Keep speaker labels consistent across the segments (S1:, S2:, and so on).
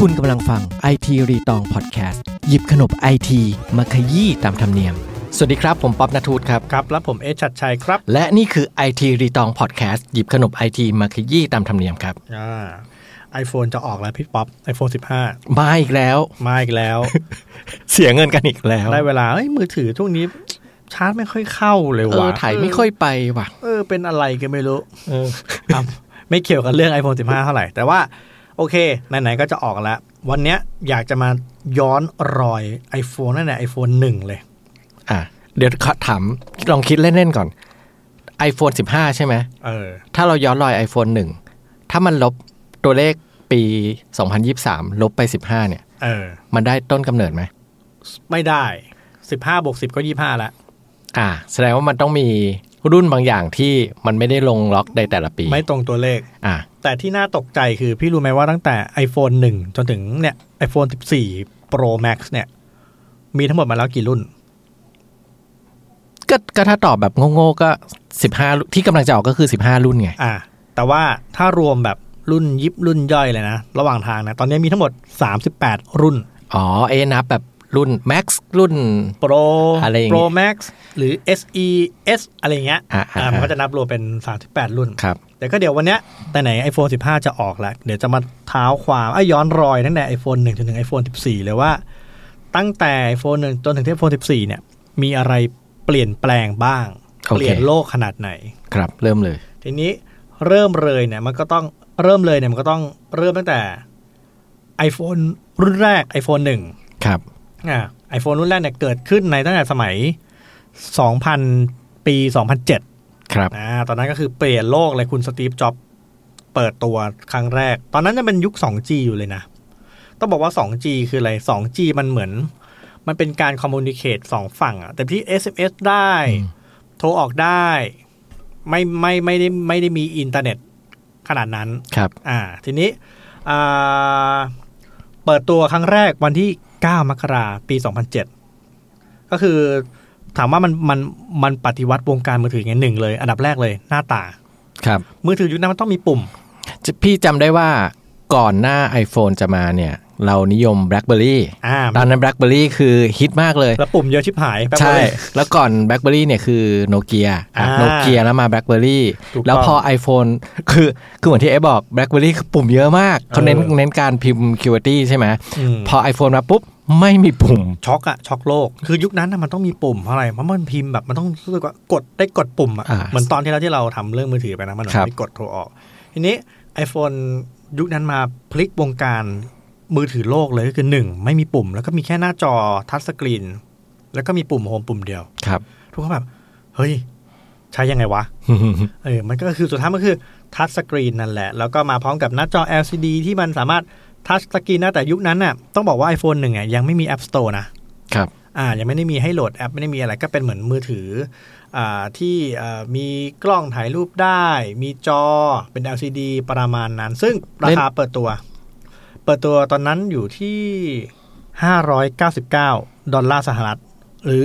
S1: คุณกำลังฟัง IT รีตองพอดแคสต์หยิบขนบไอทีมาขยี้ตามธรรมเนียม สวัสดีครับ ผมป๊อบนัทูตครับ
S2: ครับและผมเอชัดชัยครับ
S1: และนี่คือ IT รีตองพอดแคสต์หยิบขนบไอทีมาขยี้ตามธรรมเนียมครับ
S2: อ่าไอโฟนจะออกแล้วพี่ป๊อปไอโฟน15
S1: มาอีกแล้ว
S2: มาอีกแล้ว
S1: เสียเงินกันอีกแล้ว
S2: ได้เวลาเอ้ยมือถือช่วงนี้ ชาร์จไม่ค่อยเข้าเลย
S1: เอ
S2: ว่ะ
S1: อถ่ายไม่ค่อยไปว่ะ
S2: เออ เป็นอะไรกันไม่รู้อ่ะไม่เกี่ยวกับเรื่อง iPhone 15 เท่าไหร่ แต่ว่า โอเค ไหน ๆ ก็จะออกแล้ว วันเนี้ยอยากจะมาย้อนรอย iPhone นั่นแหละ iPhone 1 เลย
S1: อ่ะเดี๋ยวขอถามลองคิดเล่นๆก่อน iPhone 15 ใช่ไหม
S2: เออ
S1: ถ้าเราย้อนรอย iPhone 1 ถ้ามันลบตัวเลขปี 2023 ลบไป 15 เนี่ย
S2: เออ
S1: มันได้ต้นกำเนิดไหม
S2: ไม่ได้ 15บวก10 ก็ 25ละ
S1: อ่าแสดงว่ามันต้องมีรุ่นบางอย่างที่มันไม่ได้ลงล็อกในแต่ละปี
S2: ไม่ตรงตัวเลข
S1: อ่า
S2: แต่ที่น่าตกใจคือพี่รู้ไหมว่าตั้งแต่ iPhone 1 จนถึงเนี่ย iPhone 14 Pro Max เนี่ย มีทั้งหมดมาแล้วกี่รุ่น
S1: ก็ก็ถ้าตอบแบบโง่ๆก็สิบห้าที่กำลังจะออกก็คือสิบห้ารุ่นไง
S2: อ่า แต่ว่าถ้ารวมแบบรุ่นยิบรุ่นย่อยเลยนะ ระหว่างทางนะ ตอนนี้มีทั้งหมด 38 รุ่น
S1: อ๋อ เอนับแบบรุ่น Max รุ่น
S2: Pro
S1: อะไรอย่างงี้
S2: Pro Max หรือ SE S อะไรอย่างเงี้ย
S1: อ่าอ่า
S2: มันก็จะนับรวมเป็น 38 รุ่น
S1: ครับ
S2: แต่ก็เดี๋ยววันเนี้ยแต่ไหนๆ iPhone 15 จะออกแล้ว เดี๋ยวจะมาเท้าความไอ้ยย้อนรอยตั้งแต่ iPhone 1 จนถึง iPhone 14 เลยว่า ตั้งแต่ iPhone 1 จนถึง iPhone 14 เนี่ย มีอะไรเปลี่ยนแปลงบ้าง
S1: โอเค
S2: เปลี่ยนโลกขนาดไหน
S1: ครับ เริ่มเลย
S2: ทีนี้เริ่มเลยเนี่ยมันก็ต้องเริ่มเลยเนี่ยมันก็ต้องเริ่มตั้งแต่ iPhone รุ่นแรก iPhone 1
S1: ครับ
S2: อ่า iPhone รุ่นแรกเนี่ยเกิดขึ้นในตั้งแต่สมัย 2000 ปี 2007
S1: ครับ
S2: อ่าตอนนั้นก็คือเปลี่ยนโลกเลยคุณสตีฟจ็อบส์เปิดตัวครั้งแรก ตอนนั้นจะเป็นยุค 2G อยู่เลยนะ ต้องบอกว่า 2G คืออะไร 2G มันเหมือน มันเป็นการคอมมูนิเคตสองฝั่งอะแต่ที่ SMS ได้ โทรออกได้ ไม่ไม่ไม่ได้ไม่ได้มีอินเทอร์เน็ตขนาดนั้น
S1: ครับ
S2: อ่า ทีนี้อ่าเปิดตัวครั้งแรกวันที่ 9 มกราปี 2007 ก็คือถามว่ามันมันมันปฏิวัติวงการมือถืออย่างหนึ่งเลย อันดับแรกเลยหน้าตา
S1: ครับ
S2: มือถือยุคนั้นมันต้องมีปุ่ม
S1: จะพี่จำได้ว่าก่อนหน้า iPhone จะมาเนี่ย เรานิยม BlackBerry
S2: อ่า
S1: ตอนนั้น BlackBerry คือฮิตมากเลย
S2: แล้วปุ่มเยอะชิบหายแป๊บ
S1: ใช่
S2: เดียวเลย
S1: แล้วก่อน BlackBerry เนี่ยคือโนเกีย
S2: อ่า
S1: โนเกียแล้วมา BlackBerry
S2: ถูกต้อง
S1: แล้วพอ iPhone คือคือเหมือนที่เอฟบอก BlackBerry คือปุ่มเยอะมากเขาเน้น
S2: เออ
S1: เน้นการพิมพ์ QWERTY ใช่ไหม
S2: อืม
S1: พอ iPhone มาปุ๊บ ไม่มีปุ่ม
S2: ช็อกอะช็อกโลก คือยุคนั้นน่ะมันต้องมีปุ่มเพราะอะไรเพราะมันพิมพ์แบบมันต้องรู้สึกว่ากดได้กดปุ่มอะ
S1: อ่า
S2: เหมือนตอนที่เราที่เราทำเรื่องมือถือไปนะมันเหมือ
S1: ครั
S2: น
S1: บ
S2: ไปกดโทรออก ทีนี้ iPhone ยุคนั้นมาพลิกวงการมือถือโลกเลยก็คือหนึ่งไม่มีปุ่ม แล้วก็มีแค่หน้าจอทัชสกรีนแล้วก็มีปุ่มโฮมปุ่มเดียว
S1: ครับ
S2: ทุกคนแบบเฮ้ย ใช้ยังไงวะ เออ มันก็คือสุดท้ายมันคือทัชสกรีนนั่นแหละ แล้วก็มาพร้อมกับหน้าจอ LCD ที่มันสามารถทัชสกรีนนะแต่ยุคนั้นน่ะต้องบอกว่า iPhone หนึ่งอ่ะยังไม่มี App Store นะ
S1: ครับ
S2: อ่า ยังไม่ได้มีให้โหลดแอป ไม่ได้มีอะไรก็เป็นเหมือนมือถือ อ่า ที่อ่ามีกล้องถ่ายรูปได้ มีจอเป็น LCD ประมาณนั้น ซึ่งราคาเปิดตัว เปิดตัวตอนนั้นอยู่ที่ 599 ดอลลาร์สหรัฐ หรือ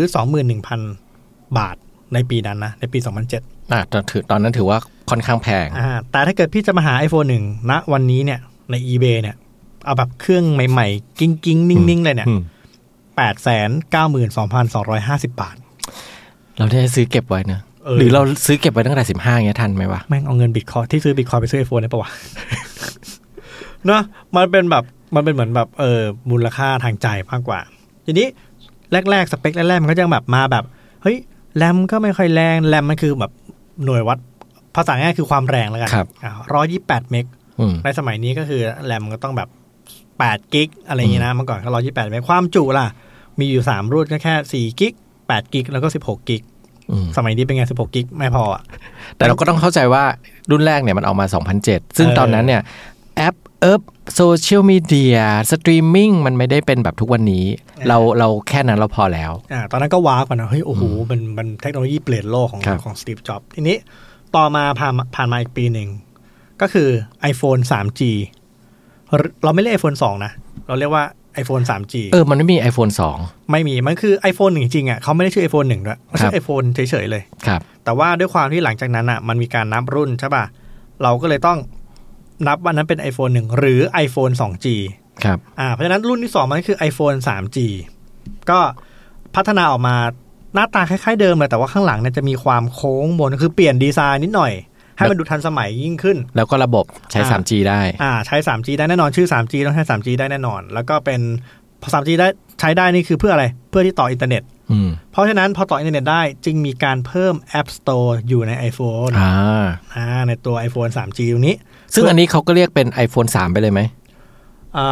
S2: 21,000 บาทในปีนั้นนะ ในปี 2007
S1: อ่ะตอนถือตอนนั้นถือว่าค่อนข้างแพง
S2: อ่าแต่ถ้าเกิดพี่จะมาหา iPhone 1ณวันนี้เนี่ย ใน eBay เนี่ย เอาแบบเครื่องใหม่ๆ กิ้งกิ้งๆ นิ่ง ๆ เลยเนี่ย
S1: อืม
S2: แปดแสนเก้าหมื่นสองพันสองร้อยห้าสิบบาท
S1: เราได้ซื้อเก็บไว้เนอะ
S2: เออ
S1: หรือเราซื้อเก็บไว้ตั้งแต่ 15เงี้ยทันไหมวะ
S2: แม่งเอาเงินบิตคอยที่ซื้อบิตคอยไปซื้อ iPhone ได้ปะวะ เนอะมันเป็นแบบมันเป็นเหมือนแบบเออมูลค่าทางใจมากกว่า ทีนี้แรก ๆ สเปคแรก ๆ มันก็ยังแบบมาแบบ เฮ้ย แรมก็ไม่ค่อยแรงแรมมันคือแบบหน่วยวัดภาษาง่ายคือความแรงแล้วกัน
S1: ครับ
S2: ร้อยยี่แปดเมก
S1: อืม
S2: ในสมัยนี้ก็คือแรมก็ต้องแบบ 8 กิกอะไรอย่างนี้นะเมื่อก่อนก็128เมกความจุล่ะ มีอยู่ 3 รุ่นก็แค่ 4 กิก 8 กิก แล้วก็ 16 กิก
S1: อืม
S2: สมัยนี้เป็นไง 16 กิก ไม่พออ่ะ
S1: แต่เราก็ต้องเข้าใจว่ารุ่นแรกเนี่ยมันออกมา 2007 ซึ่ง
S2: เออ
S1: ตอนนั้นเนี่ยแอปเอิบโซเชียลมีเดียสตรีมมิ่งมันไม่ได้เป็นแบบทุกวันนี้ เราเราแค่นั้นเราพอแล้ว
S2: อ่าตอนนั้นก็ว้าวกันนะเฮ้ย โอ้โหมันมันเทคโนโลยีเปลี่ยนโลกของ
S1: ครับ
S2: ของสตีฟจ็อบทีนี้ต่อมาผ่านผ่านมาอีกปีหนึ่ง ก็คือ iPhone 3G เราไม่เรียก iPhone 2 นะ เราเรียกว่า iPhone 3G
S1: เออ มันไม่มี iPhone
S2: ไม่มีมันคือ iPhone 1จริงๆอ่ะเขาไม่ได้ชื่อ iPhone 1ด้วยเขาชื่
S1: ครั
S2: อ
S1: บ
S2: iPhone เฉยๆเลย
S1: 2 ครับ
S2: แต่ว่าด้วยความที่หลังจากนั้นอ่ะ มันมีการนับรุ่นใช่ป่ะ เราก็เลยต้องนับว่านั้นเป็น iPhone 1 หรือ iPhone 2G
S1: ครับ
S2: อ่าเพราะฉะนั้นรุ่นที่สองมันก็คือ iPhone 3G ก็พัฒนาออกมาหน้าตาคล้ายๆเดิมเลยแต่ว่าข้างหลังเนี่ยจะมีความโค้งบนคือเปลี่ยนดีไซน์นิดหน่อย ให้มันดูทันสมัยยิ่งขึ้น
S1: แล้วก็ระบบใช้
S2: อ่า
S1: 3G ได้
S2: อ่าใช้ 3G ได้แน่นอนชื่อ 3G ต้องใช้ 3G ได้แน่นอน แล้วก็เป็นพอ 3G ได้ใช้ได้นี่คือเพื่ออะไรเพื่อที่ต่ออินเทอร์เน็ต
S1: อืม
S2: เพราะฉะนั้นพอต่ออินเทอร์เน็ตได้จึงมีการเพิ่ม App Store อยู่ใน iPhone
S1: อ่า
S2: อ่าในตัว iPhone 3G ตรงนี้
S1: ซึ่งอันนี้เขาก็เรียกเป็น iPhone 3 ไปเลยไหม
S2: อ่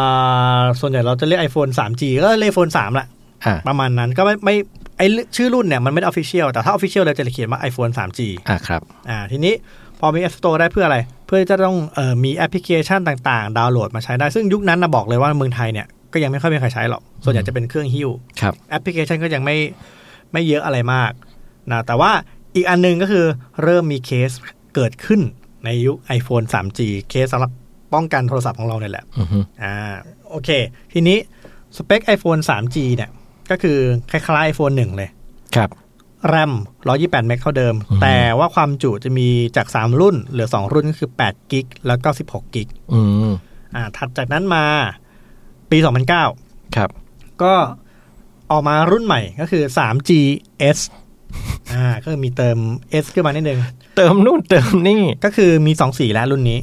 S2: าส่วนใหญ่เราจะเรียก iPhone 3G ก็เรียก iPhone 3แหละ
S1: อ่า
S2: ประมาณนั้นก็ไม่ไม่ไอชื่อรุ่นเนี่ยมันไม่ได้ออฟฟิเชียลแต่ถ้าออฟฟิเชียลเราจะเขียนว่า iPhone 3G
S1: อ่าครับ
S2: อ่าทีนี้พอมี App Store ได้เพื่ออะไร เพื่อจะต้องเอ่อมีแอปพลิเคชันต่างๆ ดาวน์โหลดมาใช้ได้ ซึ่งยุคนั้นนะบอกเลยว่าเมืองไทยเนี่ยก็ยังไม่ค่อยมีใครใช้หรอก ส่วนใหญ่จะเป็นเครื่องหิ้ว
S1: ครับ
S2: แอปพลิเคชันก็ยังไม่ไม่เยอะอะไรมากนะแต่ว่าอีกอันหนึงก็คือเริ่มมีเคสเกิดขึ้นในยุค iPhone 3G เคสสำหรับป้องกันโทรศัพท์ของเราเนี่ยแหละ
S1: อือฮึ
S2: อ่าโอเค ทีนี้สเปค iPhone 3G เนี่ยก็คือคล้ายๆ iPhone 1 เลย
S1: ครับ
S2: แรม128 เมกเท่าเดิม
S1: อือฮึ
S2: แต่ว่าความจุจะมีจาก 3 รุ่น เหลือ 2 รุ่นก็คือ8กิกแล้วก็ 16กิก
S1: อืม
S2: อ่าถัดจากนั้นมาปี 2009
S1: ครับ
S2: ก็ออกมารุ่นใหม่ก็คือ 3G S อ่าก็คือมีเติม S ขึ้นมานิดนึง
S1: เติมนู่นเติมนี่
S2: ก็คือมี 2 สีแล้วรุ่นนี้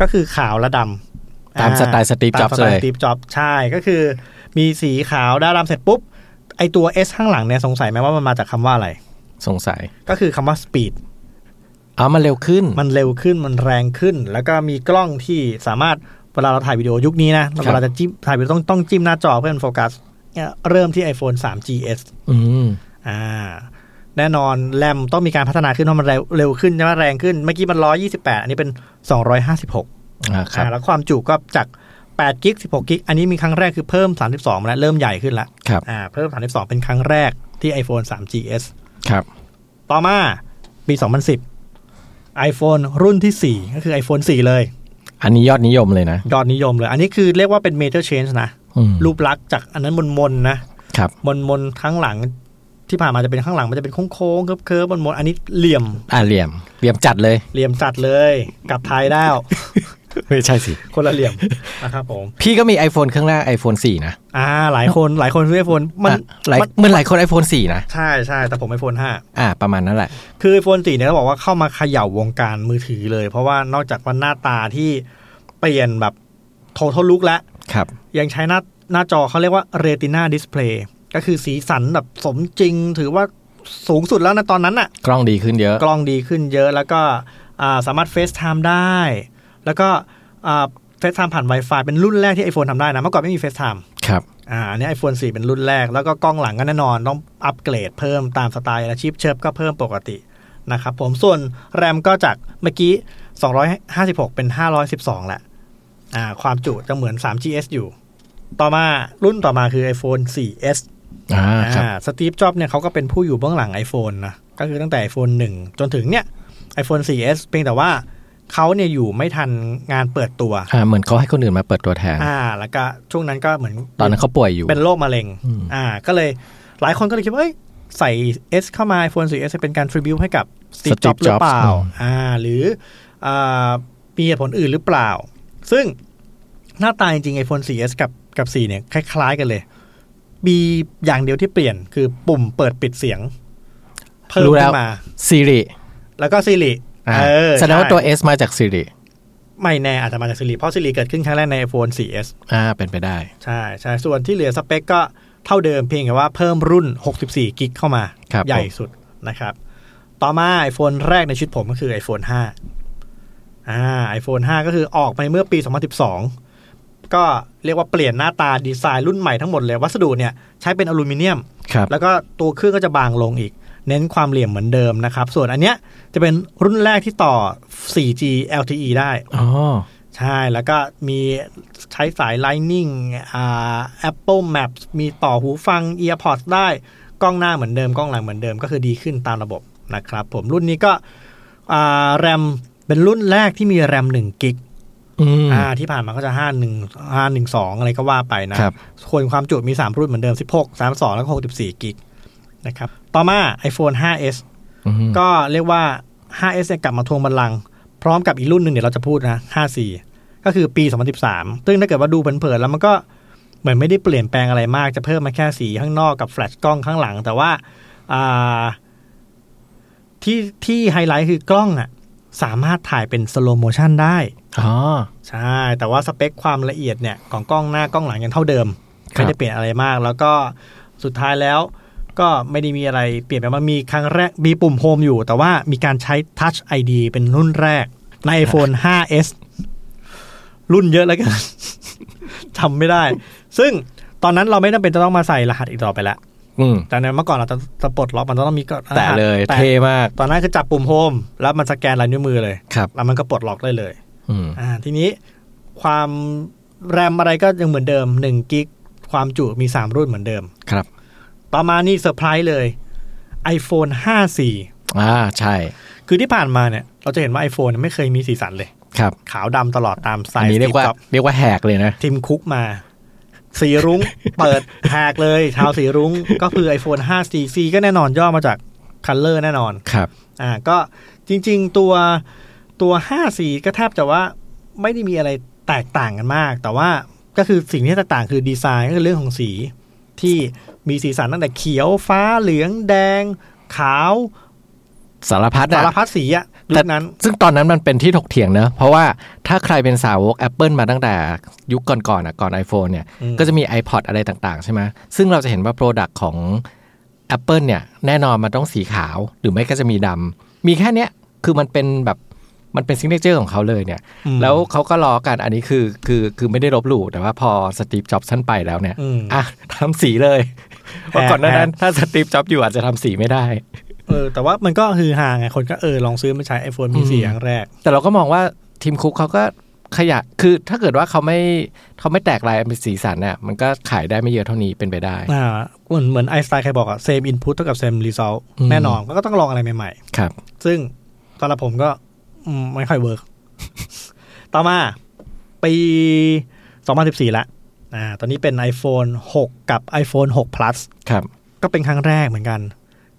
S2: ก็คือขาวและดำ
S1: ตาม
S2: อ่
S1: สไตล์ Steve
S2: ตาม
S1: Jobs
S2: สไต
S1: เลย
S2: สตีฟจ็อบส์ใช่ก็คือ มีสีขาวด้านดำเสร็จปุ๊บ ไอตัว S ข้างหลังเนี่ยสงสัยไหมว่ามันมาจากคำว่าอะไร
S1: สงสัย
S2: ก็คือคำว่า speed
S1: เอามาเร็วขึ้น
S2: มันเร็วขึ้นมันแรงขึ้น แล้วก็มีกล้องที่สามารถเวลาเราถ่ายวิดีโอยุคนี้นะเวลาจะจิ้มถ่ายวิดีโอต้องต้องจิ้มหน้าจอเพื่อให้มันโฟกัสเนี่ยเริ่มที่ iPhone 3GS
S1: อืม
S2: อ่าแน่นอนแรมต้องมีการพัฒนาขึ้นเพราะมันเร็วเร็วขึ้นใช่ไหมแรงขึ้นเมื่อกี้มัน 128 อันนี้เป็น 256
S1: อ่าครับ
S2: อ่าแล้วความจุก็จาก8กิก16กิกอันนี้มีครั้งแรกคือเพิ่ม 32 แล้วเริ่มใหญ่ขึ้นละ
S1: ครับ
S2: อ่าเพิ่ม 32 เป็นครั้งแรกที่ iPhone 3GS
S1: ครับ
S2: ต่อมาปี 2010 iPhone รุ่นที่ 4 ก็คือ iPhone 4 เลย
S1: อันนี้ยอดนิยมเลยนะ
S2: ยอดนิยมเลย อันนี้คือเรียกว่าเป็น major change นะ
S1: อืม
S2: รูปลักษณ์จากอันนั้นมนมนๆนะครับ มนมนๆข้างหลังที่ผ่านมาจะเป็นข้างหลังมันจะเป็นโค้งๆเคิร์ฟๆมนมนๆอันนี้เหลี่ยม
S1: อ่าเหลี่ยมเหลี่ยมจัดเลย
S2: เหลี่ยมจัดเลยกลับไทยได้
S1: ไม่ใช่สิ
S2: คนละเหลี่ยมนะครับผม
S1: พี่ก็มี iPhone เครื่องแรก iPhone 4 นะ
S2: อ่าหลายคนหลายคนซื้อ iPhone มัน
S1: อ่ะหลายเหมือนหลายคน iPhone 4 นะ
S2: ใช่ใช่แต่ผมไอโฟนห้า
S1: อ่า ประมาณนั้นแหละ
S2: คือไอโฟนสี่เนี่ยเขาบอกว่าเข้ามาเขย่าวงการมือถือเลย เพราะว่านอกจากว่าหน้าตาที่เปลี่ยนแบบโททลุกแล้ว
S1: ครับ
S2: ยังใช้หน้าหน้าจอเขาเรียกว่าเรติน่าดิสเพลย์ก็คือสีสันแบบสมจริง ถือว่าสูงสุดแล้วนะตอนนั้นน่ะ
S1: กล้องดีขึ้นเยอะ
S2: กล้องดีขึ้นเยอะแล้วก็อ่าสามารถเฟซไทม์ได้ แล้วก็เฟซไทม์ผ่าน Wi-Fi เป็นรุ่นแรกที่ iPhone ทำได้นะเมื่อก่อนไม่มีเฟซไทม์
S1: ครับ
S2: อ่าอันนี้ไอโฟนสี่เป็นรุ่นแรก แล้วก็กล้องหลังก็แน่นอนต้องอัปเกรดเพิ่มตามสไตล์อาชีพเชิฟก็เพิ่มปกตินะครับผมส่วนแรมก็จากเมื่อกี้ 256 เป็น 512แหละอ่าความจุจะเหมือน 3GS อยู่ ต่อมารุ่นต่อมาคือ iPhone 4S
S1: อ่า ครับ
S2: อ่าสตีฟ จ็อบส์เนี่ยเขาก็เป็นผู้อยู่เบื้องหลัง iPhone นะ ก็คือตั้งแต่ iPhone 1 จนถึงเนี่ย iPhone 4S เพียงแต่ว่าเขาเนี่ยอยู่ไม่ทันงานเปิดตัว
S1: อ่า เหมือนเขาให้คนอื่นมาเปิดตัวแทน
S2: อ่า แล้วก็ช่วงนั้นก็เหมือน
S1: ตอนนั้นเขาป่วยอยู่
S2: เป็นโรคมะเร็ง
S1: อืม
S2: อ่า ก็เลยหลายคนก็เลยคิดว่าเอ้ยใส่ S เข้ามา iPhone 4S เป็นการ tribute ให้กับสตีฟ
S1: Steve
S2: จ็อบส์หรือเปล่า
S1: Jobs อืม
S2: อ่า หรืออ่ามีเหตุผลอื่นหรือเปล่า ซึ่งหน้าตาจริงๆ iPhone 4S กับกับ 4 เนี่ยคล้าย ๆ กันเลย มีอย่างเดียวที่เปลี่ยนคือปุ่มเปิดปิดเสียง เพิ่ม
S1: รู้แล้
S2: ขึ้
S1: ว
S2: นมา
S1: Siri
S2: แล้วก็ Siri
S1: อ่า
S2: เออ
S1: แสดงว่า
S2: ใช่
S1: ตัว S มาจาก Siri
S2: ไม่แน่อาจจะมาจาก Siri เพราะ Siri เกิดขึ้นครั้งแรกใน iPhone 4S
S1: อ่า เป็นไปได้
S2: ใช่ใช่ส่วนที่เหลือสเปคก็เท่าเดิมเพียงแต่ว่าเพิ่มรุ่น 64 กิกเข้ามา
S1: ครับ
S2: ใหญ่
S1: ผม
S2: สุดนะครับ ต่อมา iPhone แรกในชุดผมก็คือ iPhone 5อ่า iPhone 5 ก็คือออกไปเมื่อปี 2012 ก็เรียกว่าเปลี่ยนหน้าตาดีไซน์รุ่นใหม่ทั้งหมดเลย วัสดุเนี่ยใช้เป็นอลูมิเนียม
S1: ครับ
S2: แล้วก็ตัวเครื่องก็จะบางลงอีก เน้นความเหลี่ยมเหมือนเดิมนะครับ ส่วนอันเนี้ยจะเป็นรุ่นแรกที่ต่อ 4G LTE ได้
S1: อ๋อ
S2: ใช่ แล้วก็มีใช้สาย Lightning อ่า Apple Maps มีต่อหูฟัง EarPods ได้กล้องหน้าเหมือนเดิม กล้องหลังเหมือนเดิมก็คือดีขึ้นตามระบบนะครับผมรุ่นนี้ก็อ่าแรมเป็นรุ่นแรกที่มีแรม1กิก
S1: อืม
S2: อ่าที่ผ่านมาก็จะ 5 1 5 1 2 อะไรก็ว่าไปนะครับ ส่วนความจุมี 3 รุ่นเหมือนเดิม 16 32 แล้วก็64กิกนะครับต่อมา iPhone 5s
S1: อืม
S2: ก็เรียกว่า 5S เนี่ยกลับมาทวงบัลลังก์พร้อมกับอีกรุ่นหนึ่งเดี๋ยวเราจะพูดนะ 5C ก็คือปี 2013 ซึ่งถ้าเกิดว่าดูเผินๆแล้วมันก็เหมือนไม่ได้เปลี่ยนแปลงอะไรมากจะเพิ่มมาแค่สีข้างนอกกับแฟลชกล้องข้างหลัง แต่ว่าอ่าที่ที่ไฮไลท์คือกล้องอะสามารถถ่ายเป็นสโลโมชันได้
S1: อ๋อ
S2: ใช่ แต่ว่าสเปคความละเอียดเนี่ยของกล้องหน้ากล้องหลังยังเท่าเดิม
S1: ครับ
S2: ไม่ได้เปลี่ยนอะไรมาก แล้วก็สุดท้ายแล้วก็ไม่ได้มีอะไรเปลี่ยนไปมันมีครั้งแรกมีปุ่มโฮมอยู่ แต่ว่ามีการใช้ Touch ID เป็นรุ่นแรก ใน iPhone 5s รุ่นเยอะแล้วกัน จำไม่ได้ ซึ่งตอนนั้นเราไม่จำเป็นจะต้องมาใส่รหัสอีกต่อไปแล้ว
S1: อืม
S2: แต่ในเมื่อก่อนเราจะจะปลดล็อกมันต้องมีก็
S1: แต่เลย
S2: แต่
S1: เท่มาก
S2: ตอนนั้นคือจับปุ่มโฮมแล้วมันสแกนลายนิ้วมือเลย
S1: ครับ
S2: แล้วมันก็ปลดล็อกได้เลย
S1: อืม
S2: อ่าทีนี้ความแรมอะไรก็ยังเหมือนเดิม1กิกความจุมี 3 รุ่นเหมือนเดิม
S1: ครับ
S2: ต่อมานี่เซอร์ไพรส์เลย iPhone 5
S1: อ่าใช่
S2: 4 คือที่ผ่านมาเนี่ย เราจะเห็นว่า iPhone เนี่ยไม่เคยมีสีสันเลย
S1: ครับ
S2: ขาวดำตลอดตามสไต
S1: อัน
S2: ล์
S1: นี้เรียกว่า
S2: สตีฟจ็อบส์
S1: เรียกว่าแหกเลยนะ
S2: ทีมคุกมา สีรุ้ง เปิดแหกเลย ชาวสีรุ้ง ก็คือ iPhone 5 4 C ก็แน่นอนย่อมาจาก Color แน่นอน
S1: ครับ
S2: อ่าก็จริงๆตัวตัว 5 สีก็แทบจะว่าไม่ได้มีอะไรแตกต่างกันมาก แต่ว่าก็คือสิ่งที่แตกต่างคือดีไซน์ก็คือเรื่องของสี ที่มีสีสันตั้งแต่เขียวฟ้าเหลืองแดง ขาว
S1: สารพัด
S2: สาร
S1: อะ
S2: พัดสีอะ
S1: แต่
S2: ยุคนั้น
S1: ซึ่งตอนนั้นมันเป็นที่ถกเถียงเนอะเพราะว่าถ้าใครเป็นสาวก Apple มาตั้งแต่ยุคก่อนๆอ่ะก่อน iPhone เนี่ย
S2: อืม
S1: ก็จะมี iPod อะไรต่างๆ ใช่ไหมซึ่งเราจะเห็นว่า Product ของ Apple เนี่ย แน่นอนมันต้องสีขาว หรือไม่ก็จะมีดำมีแค่เนี้ยคือมันเป็นแบบมันเป็นซิงเกิลของเขาเลยเนี่ย
S2: อืม
S1: แล้วเขาก็รอกันอันนี้คือคือคือไม่ได้ลบหลู่แต่ว่าพอสตีฟจ็อบส์ท่านไปแล้วเนี่ย
S2: อืม
S1: อ่ะทำสีเลย เพราะก่อนหน้านั้น ถ้าสตีฟจ็อบส์อยู่อาจจะทำสีไม่ได้
S2: เออแต่ว่ามันก็ฮือฮาไงคนก็เออลองซื้อมาใช้ iPhone มีสีครั้งแรก
S1: แต่เราก็มองว่าทีมคุกเขาก็ขยะ คือถ้าเกิดว่าเขาไม่เขาไม่แตกลายเป็นสีสันน่ะ มันก็ขายได้ไม่เยอะเท่านี้เป็นไปได้
S2: อ่าเหมือนเหมือนไอสไตล์ใครบอกอะเซมอินพุตเท่ากับเซมรีซอล
S1: อืม
S2: แน่นอนก็ต้องลองอะไรใหม่ ๆ
S1: ครับ
S2: ซึ่งสำหรับผมก็อืมไม่ค่ อยเวิร์ก ต่อมา ปี 2014ละอ่า ตอนนี้เป็น iPhone 6 กับ iPhone 6 Plus
S1: ครับ
S2: ก็เป็นครั้งแรกเหมือนกัน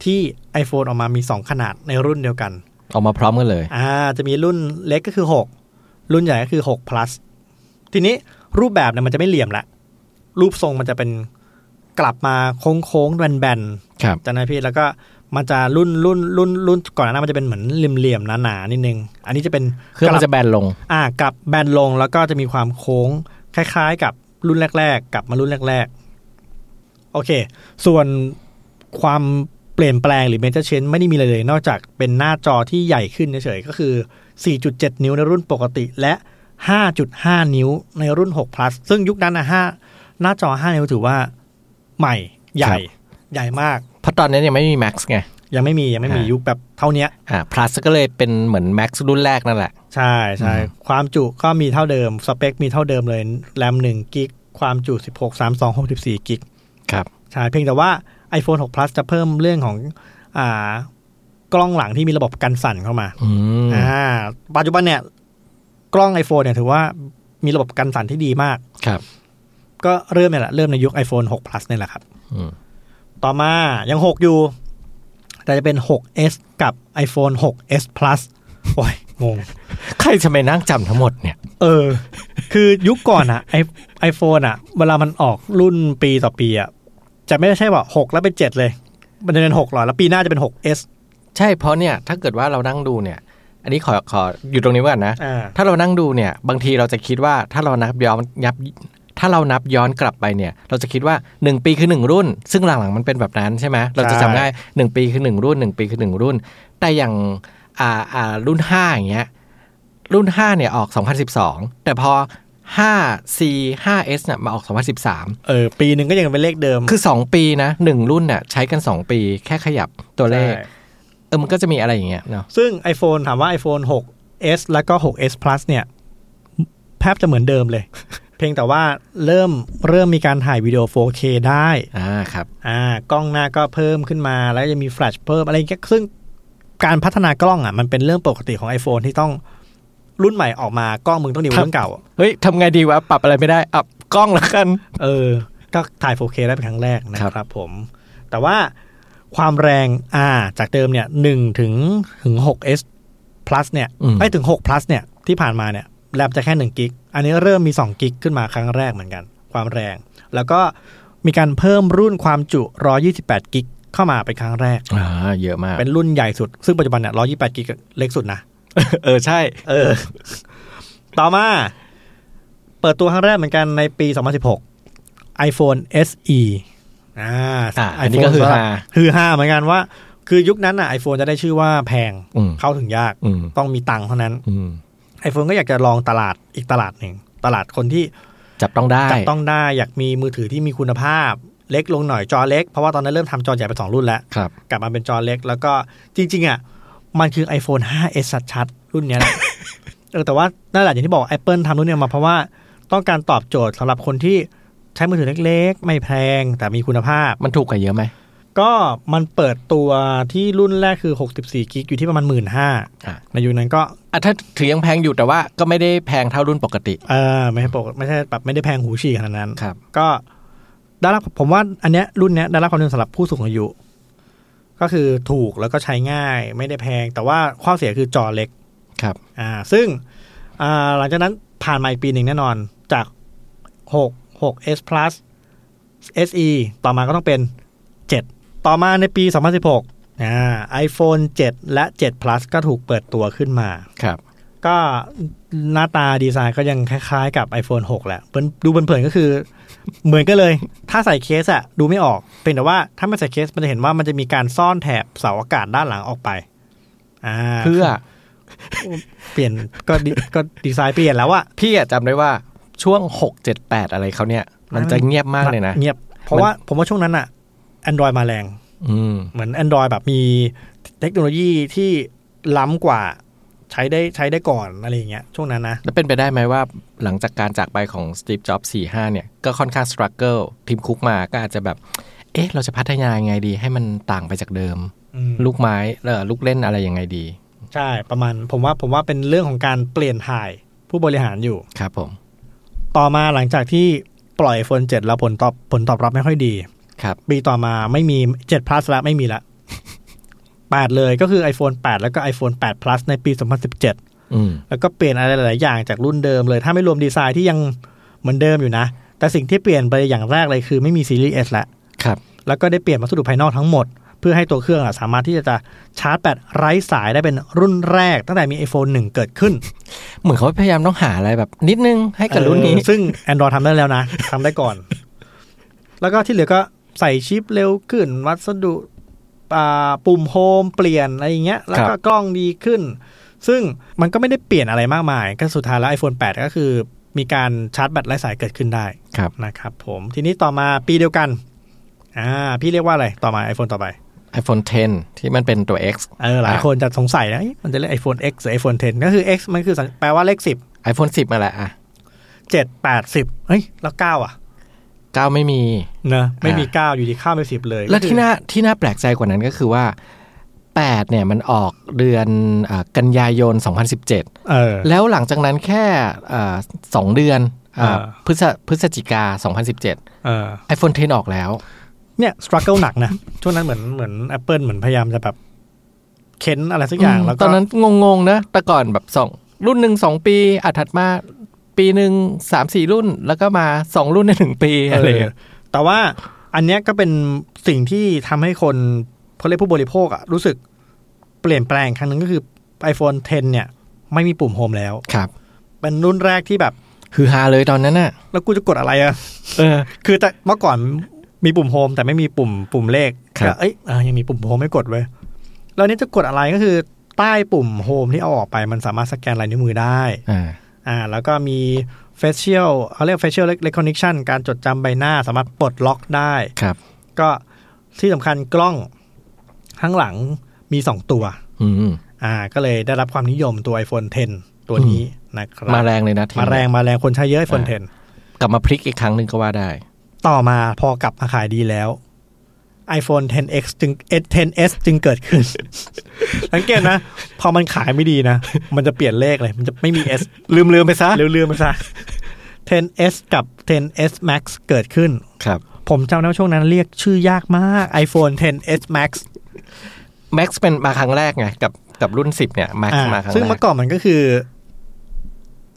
S2: ที่ iPhone ออกมามี 2 ขนาดในรุ่นเดียวกัน
S1: ออกมาพร้อมกันเลย
S2: อ่า จะมีรุ่นเล็กก็คือ 6 รุ่นใหญ่ก็คือ 6 plus ทีนี้รูปแบบเนี่ยมันจะไม่เหลี่ยมละ รูปทรงมันจะเป็นกลับมาโค้งโค้งๆแบนแบนๆ
S1: ครับ
S2: จำได้พี่แล้วก็มันจะรุ่นรุ่นรุ่นรุ่นก่อนหน้านั้นมันจะเป็นเหมือนเหลี่ยมๆหนาๆนิดนึง อันนี้จะเป็น
S1: เครื่อง
S2: ก
S1: มั
S2: ลั
S1: นจะแบนลง
S2: อ่ากลับแบนลงแล้วก็จะมีความโค้งคล้ายๆ กับรุ่นแรก ๆ กลับมารุ่นแรก ๆ โอเค ส่วนความเปลี่ยนแปลงหรือเมเจอร์เชนไม่ได้มีอะไรเลย นอกจากเป็นหน้าจอที่ใหญ่ขึ้นเฉยๆก็คือ 4.7 นิ้วในรุ่นปกติและ 5.5 นิ้วในรุ่น 6 plus ซึ่งยุคนั้นนะ5หน้าจอ 5 นิ้วถือว่าใหม่ให
S1: ครั
S2: ญ่
S1: บ
S2: ใหญ่มาก
S1: เพราะตอนนั้นยังไม่มี Max ไง
S2: ยังไม่มียังไม่มี
S1: อ่ายุ
S2: ยุคแบบเท่าเนี้ย
S1: อ่า plus ก็เลยเป็นเหมือน Max รุ่นแรกนั่นแหละ
S2: ใช่ใช่
S1: อืม
S2: ความจุก็มีเท่าเดิม สเปคมีเท่าเดิมเลย แรม1กิกความจุ 16 3 2 6 4กิก
S1: ครับ
S2: ใช่เพียงแต่ว่า iPhone 6 plus จะเพิ่มเรื่องของอ่ากล้องหลังที่มีระบบกันสั่นเข้ามา
S1: อืม
S2: อ่าปัจจุบันเนี่ย กล้อง iPhone เนี่ยถือว่ามีระบบกันสั่นที่ดีมาก
S1: ครับ
S2: ก็เริ่มเนี่ยแหละ เริ่มในยุค iPhone 6 plus เนี่ยแหละครับ
S1: อืม
S2: ต่อมายัง 6 อยู่ แต่จะเป็น 6s กับ iPhone 6s plus โอ้ยงง
S1: ใครจะไปนั่งจำทั้งหมดเนี่ย
S2: เออ คือยุคก่อนอะไอไอโฟนอะเวลามันออกรุ่นปีต่อปีอะจะไม่ใช่ว่าหกแล้วเป็นเจ็ดเลย มันจะเป็นหกหรอ แล้วปีหน้าจะเป็นหกเอส
S1: ใช่เพราะเนี่ยถ้าเกิดว่าเรานั่งดูเนี่ย อันนี้ขอขออยู่ตรงนี้ไว้ก่อนนะ
S2: อ่า
S1: ถ้าเรานั่งดูเนี่ยบางทีเราจะคิดว่าถ้าเรานับย้อนยับถ้าเรานับย้อนกลับไปเนี่ย เราจะคิดว่า 1 ปีคือ 1 รุ่น ซึ่งหลังๆมันเป็นแบบนั้นใช่ไหมเราจะจำได้ 1 ปีคือ 1 รุ่น 1 ปีคือ 1 รุ่น แต่อย่างอ่าอ่ารุ่น 5 อย่างเงี้ยรุ่น 5 เนี่ยออก 2012 แต่พอ 5 C 5S เนี่ยมาออก 2013
S2: เออ ปีหนึ่งก็ยังเป็นเลขเดิม
S1: คือ 2 ปีนะ 1 รุ่นเนี่ยใช้กัน 2 ปีแค่ขยับตัวเลข
S2: ใช่
S1: เออมันก็จะมีอะไรอย่างเงี้ยเนาะ
S2: ซึ่ง iPhone ถามว่า iPhone 6 S แล้วก็ 6S Plus เนี่ยแทบจะเหมือนเดิมเลย เพียงแต่ว่าเริ่มเริ่มมีการถ่ายวิดีโอ 4K ได้
S1: อ่าครับ
S2: อ่ากล้องหน้าก็เพิ่มขึ้นมาแล้วจะมีแฟลชเพิ่มอะไรอย่างเงี้ยซึ่งการพัฒนากล้องอ่ะมันเป็นเรื่องปกติของ iPhone ที่ต้องรุ่นใหม่ออกมากล้องมึงต้องดีกว่ารุ่นเก่า
S1: เฮ้ยทำไงดีวะปรับอะไรไม่ได้อับกล้องละกัน
S2: เออ ก็ถ่าย 4K ได้เป็นครั้งแรกนะค
S1: ครั
S2: รับบ ผม แต่ว่าความแรงอ่าจากเดิมเนี่ย1ถึงถึง 6s plus เนี่ย
S1: อืม
S2: ไม่ถึง 6 plus เนี่ยที่ผ่านมาเนี่ยแรมจะแค่1กิก อันนี้เริ่มมี2กิกขึ้นมาครั้งแรกเหมือนกัน ความแรง แล้วก็มีการเพิ่มรุ่นความจุ 128 กิกเข้ามาเป็นครั้งแรก
S1: อ่าเยอะมาก
S2: เป็นรุ่นใหญ่สุด ซึ่งปัจจุบันเนี่ย 128 กิกเล็กสุดนะ
S1: เออใช่
S2: เออ ต่อมา เปิดตัวครั้งแรกเหมือนกันในปี 2016 iPhone SE อ่า
S1: อ่าอันนี้ก็ฮือฮา
S2: คือฮาเหมือนกันว่า คือยุคนั้นอ่ะ iPhone จะได้ชื่อว่าแพง
S1: อืม
S2: เข้าถึงยาก
S1: อืม
S2: ต้องมีตังค์เท่านั้น
S1: อืม
S2: iPhone ก็อยากจะลองตลาดอีกตลาดหนึ่ง ตลาดคนที่
S1: จับต้องได้
S2: จับต้องได้ อยากมีมือถือที่มีคุณภาพ เล็กลงหน่อยจอเล็ก เพราะว่าตอนนั้นเริ่มทำจอใหญ่ไปสองรุ่นแล้ว
S1: ครับ
S2: กลับมาเป็นจอเล็ก แล้วก็จริง ๆ อ่ะ มันคือ iPhone 5s ชัดๆรุ่นเนี้ยแหละ เออแต่ว่านั่นแหละอย่างที่บอก Apple ทำรุ่นเนี้ยมาเพราะว่าต้องการตอบโจทย์สำหรับคนที่ใช้มือถือเล็ก ๆ ไม่แพงแต่มีคุณภาพ
S1: มันถูกกว่าเยอะไหม
S2: ก็มันเปิดตัวที่รุ่นแรกคือ 64กิกอยู่ที่ประมาณ 1 5ื่นห้า
S1: อ่ะ
S2: ในยุคนั้นก็
S1: อ่ะถ้าถือยังแพงอยู่แต่ว่าก็ไม่ได้แพงเท่ารุ่นปกติ
S2: เออไม่ใช่ปกไม่ใช่แบบไม่ได้แพงหูฉี่ขนาดนั้น
S1: ครับ
S2: ก็ได้รับผมว่าอันเนี้ยรุ่นเนี้ยได้รับความนิยมสำหรับผู้สูงอายุ ก็คือถูกแล้วก็ใช้ง่ายไม่ได้แพง แต่ว่าข้อเสียคือจอเล็ก
S1: ครับ
S2: อ่าซึ่งอ่าหลังจากนั้นผ่านมาอีกปีหนึ่งแน่นอนจาก 6 6 S plus SE ต่อมาก็ต้องเป็น 7 ต่อมาในปี 2016อ่า iPhone 7 และ 7 plus ก็ถูกเปิดตัวขึ้นมา
S1: ครับ
S2: ก็หน้าตาดีไซน์ก็ยังคล้ายๆกับ iPhone 6 แหละเพิ่นดูเผินๆก็คือ เหมือนกันเลย ถ้าใส่เคสอะดูไม่ออกเป็นแต่ว่าถ้าไม่ใส่เคสมันจะเห็นว่ามันจะมีการซ่อนแถบเสาอากาศด้านหลังออกไปอ่า
S1: เพื่อ
S2: เปลี่ยนก็ดีก็ดีไซน์เปลี่ยนแล้วอะ
S1: พี่อะจำได้ว่าช่วง 6 7 8 อะไรเขาเนี่ย มันจะเงียบมากเลยนะ
S2: เงียบ เพราะว่าผมว่าช่วงนั้นอะ Android มาแรง
S1: อืม
S2: เหมือน Android แบบมีเทคโนโลยีที่ล้ำกว่าใช้ได้ใช้ได้ก่อนอะไรอย่างเงี้ยช่วงนั้นนะ
S1: แล้วเป็นไปได้ไหมว่าหลังจากการจากไปของสตีฟจ็อบส์4 5 เนี่ย ก็ค่อนข้างสครั g เกิลทีมคุกมาก็อาจจะแบบ เอ๊ะ เราจะพัฒนายังไงดี ให้มันต่างไปจากเดิม ลูกไม้เออลูกเล่นอะไรยังไงดี
S2: ใช่ประมาณผมว่าผมว่าเป็นเรื่องของการเปลี่ยนถ่ายผู้บริหารอยู่
S1: ครับผม
S2: ต่อมาหลังจากที่ปล่อย iPhone 7 แล้วผลตอบผลตอบรับไม่ค่อยดี
S1: ครับ
S2: ปีต่อมาไม่มี 7 plus แล้วไม่มีละ 8 เลยก็คือ iPhone 8 แล้วก็ iPhone 8 plus ในปี 2017
S1: อืม
S2: แล้วก็เปลี่ยนอะไรหลาย ๆ อย่างจากรุ่นเดิมเลย ถ้าไม่รวมดีไซน์ที่ยังเหมือนเดิมอยู่นะ แต่สิ่งที่เปลี่ยนไปอย่างแรกเลยคือไม่มีซีรีส์ S ละ
S1: ครับ
S2: แล้วก็ได้เปลี่ยนวัสดุภายนอกทั้งหมด เพื่อให้ตัวเครื่องอะสามารถที่จะชาร์จแบตไร้สายได้เป็นรุ่นแรก ตั้งแต่มี iPhone 1 เกิดขึ้น
S1: เหมือนเขาพยายามต้องหาอะไรแบบ นิดนึงให้กับรุ่นนี้
S2: เออซึ่ง Android ทำได้แล้วนะ ทำได้ก่อน แล้วก็ที่เหลือก็ใส่ชิปเร็วขึ้น วัสดุอ่าปุ่มโฮมเปลี่ยนอะไรอย่างเงี้ย แล้ว
S1: ค
S2: ก็
S1: รับ
S2: กล้องดีขึ้น ซึ่งมันก็ไม่ได้เปลี่ยนอะไรมากมาย ก็สุดท้ายแล้ว iPhone 8 ก็คือมีการชาร์จแบตไร้สายเกิดขึ้นได้
S1: ครับ
S2: นะครับผมทีนี้ต่อมาปีเดียวกันอ่าพี่เรียกว่าอะไร ต่อมา iPhone ต่อไป
S1: iPhone 10 ที่มันเป็นตัว X
S2: เออหลาย
S1: อ่ะ
S2: คนจะสงสัยนะเอ๊ะมันจะเรียก iPhone X หรือ iPhone 10 ก็คือ X มันคือสัญแปลว่าเลข 10
S1: iPhone 10 มาแหละอ่ะ
S2: 7 8 10เฮ้ยแล้ว9อ่ะ
S1: 9ไม่มี
S2: นะไม่มี
S1: อ่า
S2: เก้าอยู่ดีข้ามไปสิบเลย
S1: แล้วที่
S2: ก็คือ
S1: น่าที่น่าแปลกใจกว่านั้นก็คือว่า 8 เนี่ยมันออกเดือนอ่ากันยายน 2017
S2: เออ
S1: แล้วหลังจากนั้นแค่เอ่อสองเดือนอ่า
S2: อ่า
S1: พฤศพฤศจิกา 2017
S2: เออ
S1: iPhone 10 ออกแล้ว
S2: เนี่ยสครัลเกิลหนักนะ ช่วงนั้นเหมือนเหมือน Apple เหมือนพยายามจะแบบเค้นอะไรสักอย่างแล้วก็
S1: ตอนนั้นงงๆนะ แต่ก่อนแบบสองรุ่นหนึ่งสองปีอาถัดมาปีหนึ่งสามสี่รุ่น แล้วก็มาสองรุ่นในหนึ่งปี
S2: เอ
S1: อะไรอย่าง
S2: อ
S1: เงี้ย
S2: แต่ว่าอันเนี้ยก็เป็นสิ่งที่ทำให้คนเขาเรียกผู้บริโภคอะรู้สึกเปลี่ยนแปลงครั้งหนึ่งก็คือ iPhone 10 เนี่ย ไม่มีปุ่มโฮมแล้ว
S1: ครับ
S2: เป็นรุ่นแรกที่แบบ
S1: คือฮาเลยตอนนั้นน่ะ
S2: แล้วกูจะกดอะไรอะ
S1: เออ
S2: คือแต่เมื่อก่อนมีปุ่มโฮมแต่ไม่มีปุ่มปุ่มเลข
S1: ครับ
S2: ก็เอ้ยอ่ายังมีปุ่มโฮมไม่กดเว้ยแล้วนี่จะกดอะไรก็คือใต้ปุ่มโฮมที่เอาออกไปมันสามารถสแกนลายนิ้วมือได้
S1: อ่า
S2: อ่า แล้วก็มี facial เขาเรียก facial recognition การจดจำใบหน้าสามารถปลดล็อกได้
S1: ครับ
S2: ก็ที่สำคัญกล้องข้างหลังมี 2 ตัว
S1: อืม
S2: อ่า ก็เลยได้รับความนิยมตัว iPhone 10 ตัวนี้นะครับ
S1: มาแรงเลยนะที
S2: มาแรงมาแรงคนใช้เยอะ iPhone 10
S1: กลับมาพลิกอีกครั้งหนึ่งก็ว่าได้
S2: ต่อมาพอกลับมาขายดีแล้ว iPhone 10x จึง 10s จึงเกิดขึ้น สังเกตนะ พอมันขายไม่ดีนะ มันจะเปลี่ยนเลขเลย มันจะไม่มี s
S1: ลืมลืมไปซะ
S2: เรื่อๆมันซะ 10s กับ 10s max เกิดขึ้น
S1: ครับ
S2: ผมจำได้ว่าช่วงนั้นเรียกชื่อยากมาก iPhone 10s max
S1: Max เป็นมาครั้งแรกไงกับกับรุ่น 10 เนี่ย Max
S2: อ่า
S1: มาครั้งแรก
S2: ซึ่งเมื่อก่อนมันก็คือ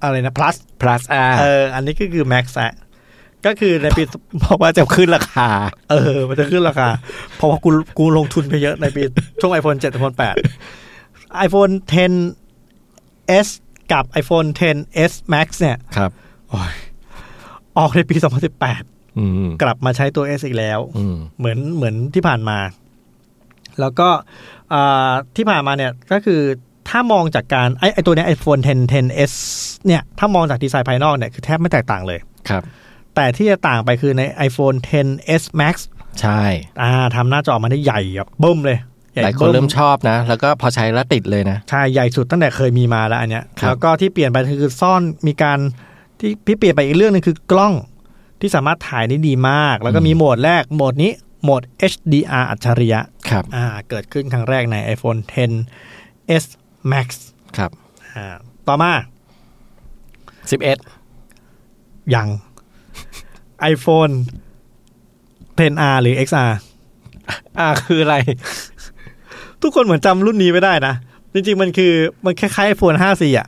S2: อะไรนะ plus
S1: plus อ่า
S2: เออ อันนี้ก็คือ max อะก็คือในปี
S1: เพราะว่าจะขึ้นราคา
S2: เออ มันจะขึ้นราคา เพราะว่ากูกูลงทุนไปเยอะในปี ช่วง iPhone 7 iPhone 8 iPhone 10s กับ iPhone 10s Max เนี่ย
S1: ครับ
S2: ออกในปี
S1: อืม
S2: 2018 กลับมาใช้ตัว S อีกแล้ว
S1: อืม
S2: เหมือนเหมือนที่ผ่านมา แล้วก็อ่าที่ผ่านมาเนี่ยก็คือถ้ามองจากการไอไอตัวเนี้ย iPhone 10 10s เนี่ย ถ้ามองจากดีไซน์ภายนอกเนี่ย คือแทบไม่แตกต่างเลย
S1: ครับ
S2: แต่ที่จะต่างไปคือใน iPhone 10s Max
S1: ใช่
S2: อ่าทำหน้าจอมาได้ใหญ่แบบเบิ่มเลยใญ่
S1: หลายคน
S2: บิ่
S1: เริ่มชอบนะ แล้วก็พอใช้แล้วติดเลยนะ
S2: ใช่ใหญ่สุดตั้งแต่เคยมีมาแล้วอันเนี้ย
S1: ครับ
S2: แล้วก็ที่เปลี่ยนไปคือซ่อนมีการที่พี่เปลี่ยนไปอีกเรื่องหนึงคือกล้องที่สามารถถ่ายได้ดีมาก แล้วก็มีโหมดแรกโหมดนี้โหมด HDR อัจฉริยะ
S1: ครับ
S2: อ่าเกิดขึ้นครั้งแรกใน iPhone 10s Max
S1: ครับ
S2: อ่าต่อมา
S1: สิบเอ็ด
S2: ยัง iPhone 10R หรือ XR
S1: อ่าคืออะไร
S2: ทุกคนเหมือนจำรุ่นนี้ไม่ได้นะ จริงๆ มันคือมันคล้ายๆ iPhone 5C อ่ะ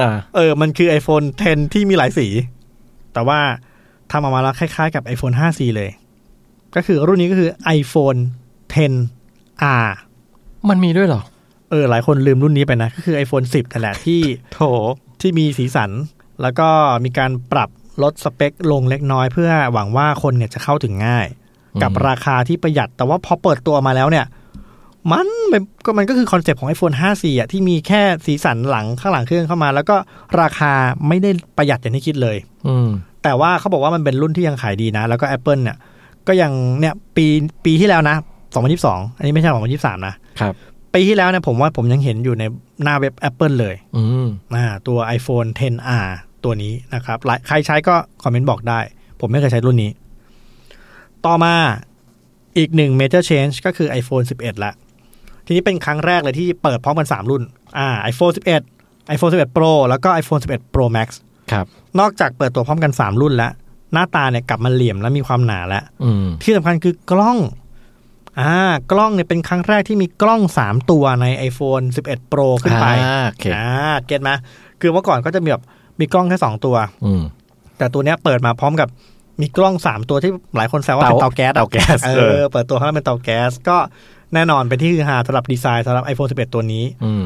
S1: อ่า
S2: เออ มันคือ iPhone 10 ที่มีหลายสี แต่ว่าทำออกมาแล้วคล้ายๆกับ iPhone 5C เลย ก็คือรุ่นนี้ก็คือ iPhone 10R
S1: มันมีด้วยเหรอ
S2: เออ หลายคนลืมรุ่นนี้ไปนะ ก็คือ iPhone 10นั่นแหละที่
S1: โถ
S2: ที่มีสีสัน แล้วก็มีการปรับลดสเปคลงเล็กน้อย เพื่อหวังว่าคนเนี่ยจะเข้าถึงง่าย กับราคาที่ประหยัด แต่ว่าพอเปิดตัวมาแล้วเนี่ย มันเป็นก็มันก็คือคอนเซปต์ของ iPhone 5C อ่ะที่มีแค่สีสันหลังข้างหลังเครื่องเข้ามา แล้วก็ราคาไม่ได้ประหยัดอย่างที่คิดเลย
S1: อืม
S2: แต่ว่าเขาบอกว่ามันเป็นรุ่นที่ยังขายดีนะ แล้วก็ Apple เนี่ย ก็ยังเนี่ยปีปีที่แล้วนะ 2022 อันนี้ไม่ใช่ 2023 นะ
S1: ครับ
S2: ปีที่แล้วเนี่ยผมว่าผมยังเห็นอยู่ในหน้าเว็บ Apple เลย
S1: อืม
S2: อ่าตัว iPhone 10R ตัวนี้นะครับหลายใครใช้ก็คอมเมนต์บอกได้ ผมไม่เคยใช้รุ่นนี้ ต่อมาอีกหนึ่ง major change ก็คือ iPhone 11 ละ ทีนี้เป็นครั้งแรกเลยที่เปิดพร้อมกัน 3 รุ่นอ่า iPhone 11 iPhone 11 Pro แล้วก็ iPhone 11 Pro Max
S1: ครับ
S2: นอกจากเปิดตัวพร้อมกัน 3 รุ่นแล้ว หน้าตาเนี่ยกลับมาเหลี่ยมและมีความหนาแล้ว
S1: อืม
S2: ที่สำคัญคือกล้อง อ่ากล้องเนี่ยเป็นครั้งแรกที่มีกล้อง 3 ตัวใน iPhone 11 Pro ขึ้นไป
S1: อ่าโอเค
S2: อ่าเก็ตไหมคือเมื่อก่อนก็จะมีแบบมีกล้องแค่ 2 ตัว
S1: อืม
S2: แต่ตัวเนี้ยเปิดมาพร้อมกับมีกล้อง 3 ตัวที่หลายคนแซวว่าเป็น
S1: เตา
S2: เตาแก๊สอะ
S1: เตาแก๊ส
S2: เอ
S1: เออ
S2: อเปิดตัวเขาเป็นเตาแก๊ส ก็แน่นอนเป็นที่ฮือฮาสำหรับดีไซน์สำหรับ iPhone 11 ตัวนี้
S1: อืม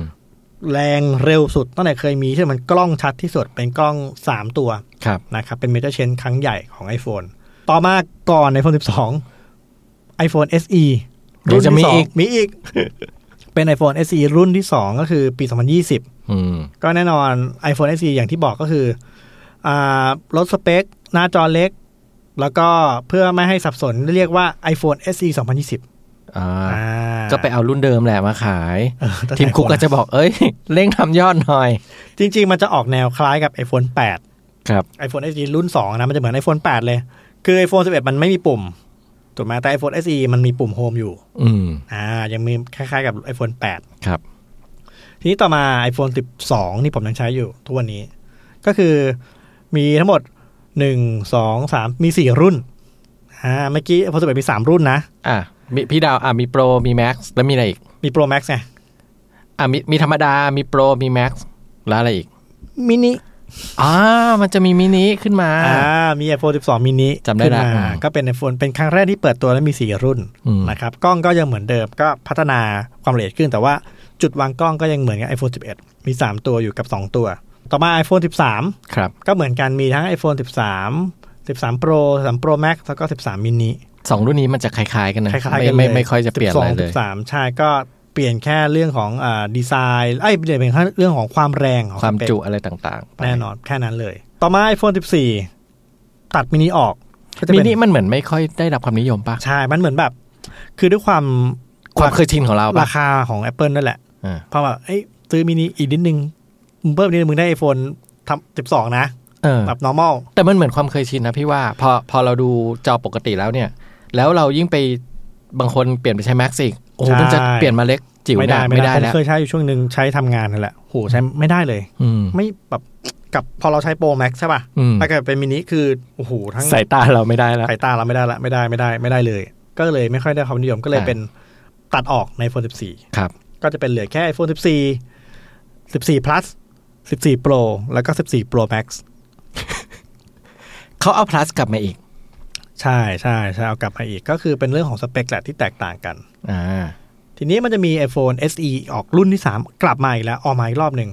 S2: แรงเร็วสุดตั้งแต่เคยมีที่มันกล้องชัดที่สุดเป็นกล้อง 3 ตัว
S1: ครับ
S2: นะครับเป็นเมตาเชนครั้งใหญ่ของ iPhone ต่อมาก่อน iPhone 12 iPhone SE
S1: เดี๋ยวจะมีอีก
S2: รุ่นที่สงมี อีก เป็น iPhone SE รุ่นที่ 2 ก็คือปี 2020
S1: อืม
S2: ก็แน่นอน iPhone SE อย่างที่บอกก็คืออ่าลดสเปค หน้าจอเล็ก แล้วก็เพื่อไม่ให้สับสนเรียกว่า iPhone SE 2020
S1: อ่า
S2: อ่า
S1: ก็ไปเอารุ่นเดิมแหละมาขาย
S2: เออตั้งแต่
S1: ทีมคุกก็จะบอก เอ้ย เร่งทำยอดหน่อย
S2: จริง ๆ มันจะออกแนวคล้ายกับ iPhone 8
S1: ครับ
S2: iPhone SE รุ่น 2 นะ มันจะเหมือน iPhone 8 เลย คือ iPhone 11 มันไม่มีปุ่มถูกไหมแต่ iPhone SE มันมีปุ่มโฮมอยู่
S1: อืม
S2: อ่า ยังมีคล้ายๆกับ iPhone
S1: ครับ
S2: 8 ทีนี้ต่อมา iPhone 12 นี่ผมยังใช้อยู่ทุกวันนี้ ก็คือมีทั้งหมด 1 2 3 มี 4 รุ่น อ่า เมื่อกี้ iPhone 11 มี 3 รุ่นนะ
S1: อ่ะมีพี่ดาว อ่ะ มีโปร มีแม็กซ์ แล้วมีอะไรอีก
S2: มี Pro Max ไง
S1: อ่ะ มี มีธรรมดา มีโปร มีแม็กซ์ แล้วอะไรอีก
S2: มินิ
S1: อ่า มันจะมีมินิขึ้นมา
S2: อ่า มี iPhone 12 มินิ
S1: จำได้ละ
S2: ขึ้นมา
S1: อ่า
S2: ก็เป็น iPhone เป็นครั้งแรกที่เปิดตัวแล้วมี 4 รุ่น
S1: อืม
S2: นะครับ กล้องก็ยังเหมือนเดิมก็พัฒนาความละเอียดขึ้น แต่ว่าจุดวางกล้องก็ยังเหมือนกับ iPhone 11 มี 3 ตัวอยู่กับ 2 ตัว ต่อมา iPhone 13
S1: ครับ
S2: ก็เหมือนกันมีทั้ง iPhone 13 13 Pro 13 Pro Max แล้วก็ 13 mini
S1: สองรุ่นนี้มันจะคล้ายๆกันนะ
S2: คล้ายๆ
S1: ไม่
S2: กันเลย
S1: ไม่ไม่ค่อยจะเปลี่ยนอะไรเลย
S2: 12 13 ใช่ก็เปลี่ยนแค่เรื่องของอ่าดีไซน์เอ้ยเปลี่ยนเป็นแค่เรื่องของความแรงของ
S1: ความ
S2: สเป
S1: จุอะไรต่างๆไป
S2: แน่นอนแค่นั้นเลย ต่อมา iPhone 14 ตัดมินิออกก็จะ
S1: มิ
S2: เป็น
S1: นิมันเหมือนไม่ค่อยได้รับความนิยมปะ
S2: ใช่ มันเหมือนแบบ คือด้วยความ
S1: ความเคยชินของเราปะ
S2: ราคาของ Apple นั่นแหละ
S1: อ่า
S2: เพราะว่าเอ้ยซื้อมินิอีกนิดนึงมึงเพิ่มนิดนึงมึงได้ iPhone ทำสิบสองนะ
S1: เออ
S2: แบบ normal
S1: แต่มันเหมือนความเคยชินนะพี่ว่าพอพอเราดูจอปกติแล้วเนี่ย แล้วเรายิ่งไปบางคนเปลี่ยนไปใช้ Max อีกโอ้โห
S2: ใช่
S1: มันจะเปลี่ยนมาเล็กจิ๋ว
S2: ไม่ได้
S1: เนี่ย
S2: ไม่
S1: ไม่
S2: ได้
S1: ได้
S2: ผม
S1: แล้ว
S2: เคยใช้อยู่ช่วงหนึ่งใช้ทำงานนั่นแหละโหใช้ไม่ได้เลย
S1: อืม
S2: ไม่แบบกับพอเราใช้ Pro Max ใช่ป่ะ
S1: อืม
S2: ถ้าเกิดเป็นมินิคือโอ้โหทั้ง
S1: สายตาเราไม่ได้แล้ว
S2: สายตาเราไม่ได้ละไม่ได้ไม่ได้ไม่ได้เลย ก็เลยไม่ค่อยได้ความนิยมก็เลย
S1: อ่า
S2: เป็นตัดออกใน iPhone 14
S1: ครับ
S2: ก็จะเป็นเหลือแค่ iPhone 14 14 plus 14 Pro แล้วก็ 14 Pro Max
S1: เขาเอา plus กลับมาอีก
S2: ใช่ใช่ใช่เอากลับมาอีก ก็คือเป็นเรื่องของสเปคแหละที่แตกต่างกัน
S1: อ่า
S2: ทีนี้มันจะมี iPhone SE ออกรุ่นที่ 3 กลับมาอีกแล้ว ออกมาอีกรอบหนึ่ง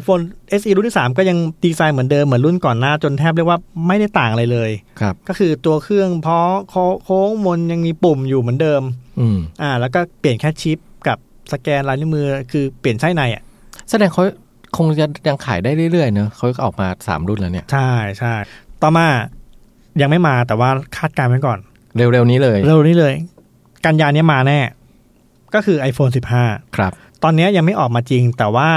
S2: iPhone SE รุ่นที่ 3 ก็ยังดีไซน์เหมือนเดิม เหมือนรุ่นก่อนหน้าจนแทบเรียกว่าไม่ได้ต่างอะไรเลย
S1: ครับ
S2: ก็คือตัวเครื่องเพาะโคโค้งมนยังมีปุ่มอยู่เหมือนเดิม
S1: อืม
S2: อ่า แล้วก็เปลี่ยนแค่ชิปกับสแกนลายนิ้วมือคือเปลี่ยนไส้ในอ่ะ
S1: แสดงเขาคงจะยังขายได้เรื่อยๆเนอะเขาก็ออกมาสามรุ่นแล้วเนี่ย
S2: ใช่ใช่ต่อมายังไม่มาแต่ว่าคาดการณ์ไว้ก่อน
S1: เร็วๆนี้เลย
S2: เร็วนี้เลย กันยาเนี้ยมาแน่ ก็คือ iPhone 15
S1: ครับ
S2: ตอนเนี้ยยังไม่ออกมาจริง แต่ว่า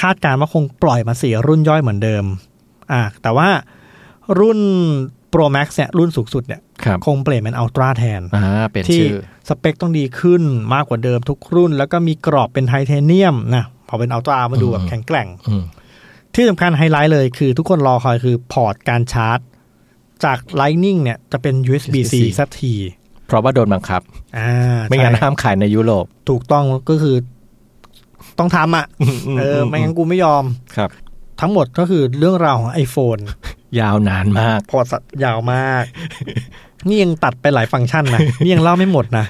S2: คาดการณ์ว่าคงปล่อยมาสี่รุ่นย่อยเหมือนเดิม อ่า แต่ว่ารุ่น Pro Max เนี่ยรุ่นสูงสุดเนี่ย
S1: ครับ
S2: คงเปลี่ยนเป็น Ultra แทน
S1: อ่าเปลี่ยน
S2: ที่
S1: ชื่อ
S2: สเปคต้องดีขึ้นมากกว่าเดิมทุกรุ่น แล้วก็มีกรอบเป็นไทเทเนียมนะพอเป็น Ultra มันดู
S1: อืม
S2: แบบแข็งแกร่ง
S1: อืม
S2: ที่สำคัญไฮไลท์เลยคือทุกคนรอคอยคือพอร์ตการชาร์จ จาก Lightning เนี่ยจะเป็น USB-C สักที
S1: เพราะว่าโดนบังคับ
S2: อ่า
S1: ไม่งั้น
S2: ใช่
S1: ห้ามขายในยุโรป
S2: ถูกต้องก็คือต้องทำอ่ะ เออไม่งั้นกูไม่ยอม
S1: ครับ
S2: ทั้งหมดก็คือเรื่องราวของ iPhone
S1: ยาวนานมาก
S2: พอสัตว์ยาวมาก นี่ยังตัดไปหลายฟังก์ชันนะ นี่ยังเล่าไม่หมดนะ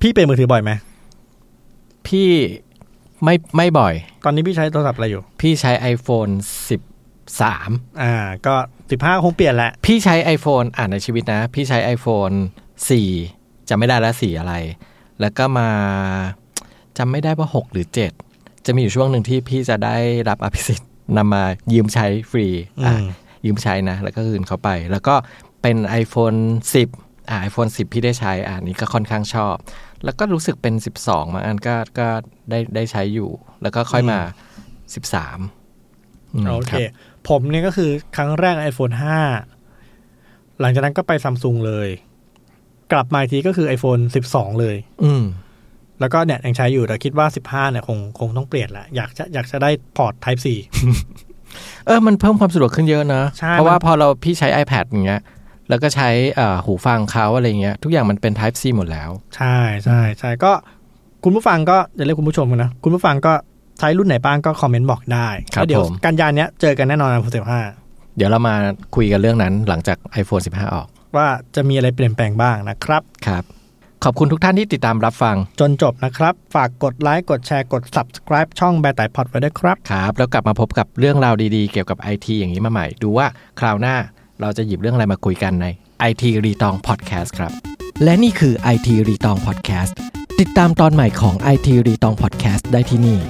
S2: พี่เปลี่ยนมือถือบ่อยไหม
S1: พี่ไม่ไม่บ่อย
S2: ตอนนี้พี่ใช้โทรศัพท์อะไรอยู่
S1: พี่ใช้ iPhone 13
S2: อ่า ก็สิบห้าคงเปลี่ยนแหละ
S1: พี่ใช้ iPhone อ่านในชีวิตนะ พี่ใช้ iPhone 4จำไม่ได้แล้วสีอะไร แล้วก็มาจำไม่ได้ว่า 6 หรือ 7 จะมีอยู่ช่วงหนึ่งที่พี่จะได้รับอภิสิทธิ์นำมายืมใช้ฟรีอ่ะ
S2: อืม
S1: ยืมใช้นะ แล้วก็คืนเขาไป แล้วก็เป็น iPhone 10 อ่า iPhone 10 พี่ได้ใช้อ่านี้ก็ค่อนข้างชอบ แล้วก็รู้สึกเป็น 12มางอันก็ก็ได้ได้ใช้อยู่ แล้วก็ค่อยมา 13ม
S2: โอเค
S1: รับ
S2: ผมเนี่ยก็คือครั้งแรก iPhone 5 หลังจากนั้นก็ไปซัมซุงเลย กลับมาอีกทีก็คือ iPhone 12 เลย
S1: อืม
S2: แล้วก็เนี่ยยังใช้อยู่แต่คิดว่า 15เนี่ยคงคงต้องเปลี่ยนละอยากจะอยากจะได้พอร์ต Type C
S1: เออ มันเพิ่มความสะดวกขึ้นเยอะนะ
S2: ใช่
S1: เพราะว่า
S2: มัน
S1: พอเราพี่ใช้ iPad อย่างเงี้ย แล้วก็ใช้เอ่อหูฟังเขาอะไรเงี้ย ทุกอย่างมันเป็น Type C หมดแล้ว
S2: ใช่ใช่ใช่ก็คุณผู้ฟังก็อย่าเรียกคุณผู้ชมกันนะ คุณผู้ฟังก็ใช้รุ่นไหนบ้างก็คอมเมนต์บอกได้
S1: ครับ
S2: แล้วเดี๋ยว
S1: ผม
S2: กันยานเนี้ยเจอกันแน่นอนนะผมสิบห้า
S1: เดี๋ยวเรามาคุยกันเรื่องนั้นหลังจาก iPhone 15 ออก
S2: ว่าจะมีอะไรเปลี่ยนแปลงบ้างนะครับ
S1: ครับ ขอบคุณทุกท่านที่ติดตามรับฟัง
S2: จนจบนะครับ ฝากกดไลค์กดแชร์กด subscribe ช่องแบร์ไตพอดไว้ด้วยครับ
S1: ครับ แล้วกลับมาพบกับเรื่องราวดีๆ เกี่ยวกับ IT อย่างนี้มาใหม่ ดูว่าคราวหน้าเราจะหยิบเรื่องอะไรมาคุยกันใน IT รีตองพอดแคสต์ครับ และนี่คือ IT รีตองพอดแคสต์ติดตามตอนใหม่ของ IT รีตองพอดแคสต์ได้ที่นี่